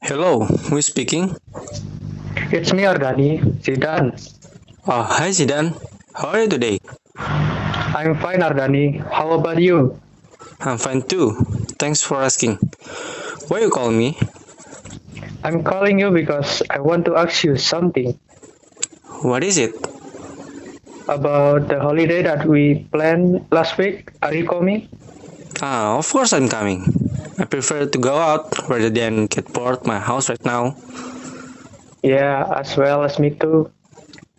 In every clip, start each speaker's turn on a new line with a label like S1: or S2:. S1: Hello, who is speaking?
S2: It's me, Ardani. Zidane.
S1: Oh, hi Zidane. How are you today?
S2: I'm fine, Ardani. How about you?
S1: I'm fine too. Thanks for asking. Why you call me?
S2: I'm calling you because I want to ask you something
S1: What is it?
S2: about the holiday that we planned last week. Are you coming?
S1: Ah, of course I'm coming. I prefer to go out rather than get bored my house right now.
S2: Yeah, as well as me too.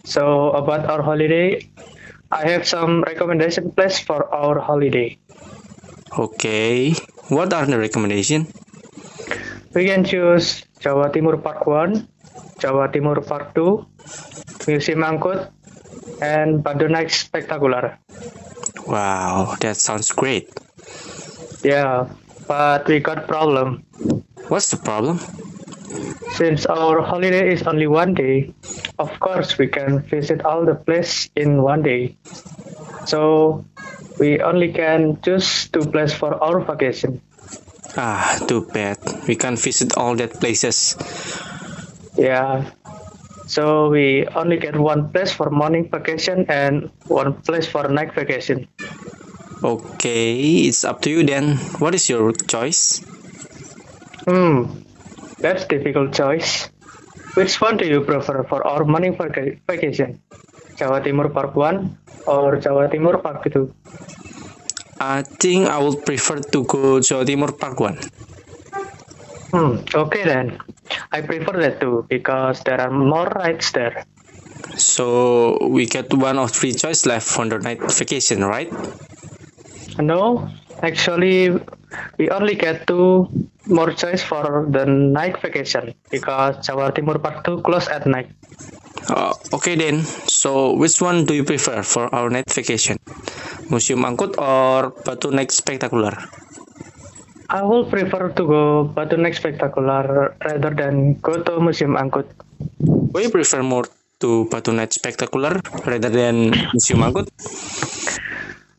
S2: So, about our holiday, I have some recommendation place for our holiday.
S1: Okay. What are the recommendation?
S2: We can choose Jawa Timur Park 1, Jawa Timur Park 2, Museum Angkut, and Bandung Night Spectacular.
S1: Wow, that sounds great.
S2: Yeah, but we got problem.
S1: What's the problem?
S2: Since our holiday is only one day, of course we can visit all the place in one day. So we only can choose two places for our vacation.
S1: Ah, too bad. We can't visit all that places.
S2: Yeah. So we only get one place for morning vacation and one place for night vacation.
S1: Okay, it's up to you then. What is your choice?
S2: Hmm. That's difficult choice. Which one do you prefer for our morning vaca- vacation? Jawa Timur Park 1 or Jawa Timur Park 2?
S1: I think I would prefer to go Jawa Timur Park 1.
S2: Hmm, okay then. I prefer that too because there are more rides there.
S1: So we get one of three choice left for the night vacation, right?
S2: No, actually, we only get two more choice for the night vacation because Jawa Timur Park 2 close at night.
S1: Uh, okay then. So which one do you prefer for our night vacation? Museum Angkut or Batu Naik Spectacular?
S2: I will prefer to go Batu Next Spectacular rather than go to Museum Angkut.
S1: We prefer more to Batu Naik Spectacular rather than Museum Angkut.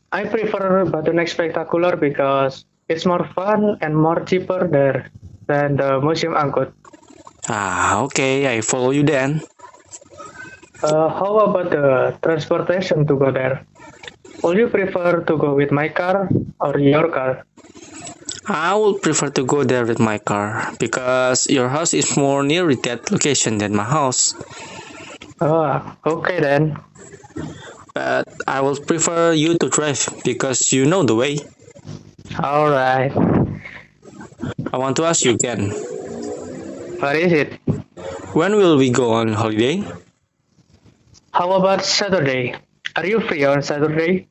S2: I prefer Batu Next Spectacular because it's more fun and more cheaper there than the Museum Angkut.
S1: Ah, okay. I follow you then.
S2: Uh, how about the transportation to go there? Would you prefer to go with my car or your car?
S1: I would prefer to go there with my car because your house is more near that location than my house.
S2: Ah, okay then.
S1: But I would prefer you to drive because you know the way.
S2: All right.
S1: I want to ask you again.
S2: Where is it?
S1: When will we go on holiday?
S2: How about Saturday? Are you free on Saturday?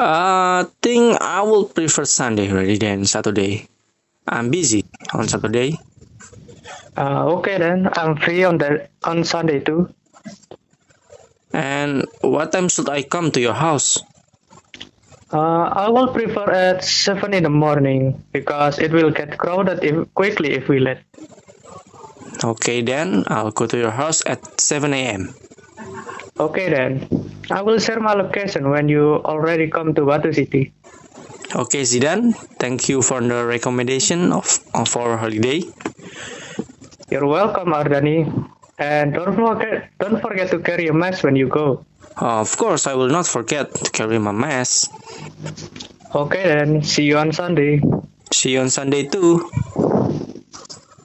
S1: I Uh, think I will prefer Sunday rather than Saturday. I'm busy on Saturday.
S2: Uh, okay then. I'm free on the on Sunday too.
S1: And what time should I come to your house?
S2: Uh, I will prefer at seven in the morning because it will get crowded if, quickly if we let.
S1: Okay, then I'll go to your house at 7 a.m.
S2: Okay then. I will share my location when you already come to Batu City.
S1: Okay, Zidane, thank you for the recommendation of, of our holiday.
S2: You're welcome, Ardani. And don't forget, don't forget to carry a mask when you go.
S1: Of course, I will not forget to carry my mask.
S2: Okay then, see you on Sunday.
S1: See you on Sunday too.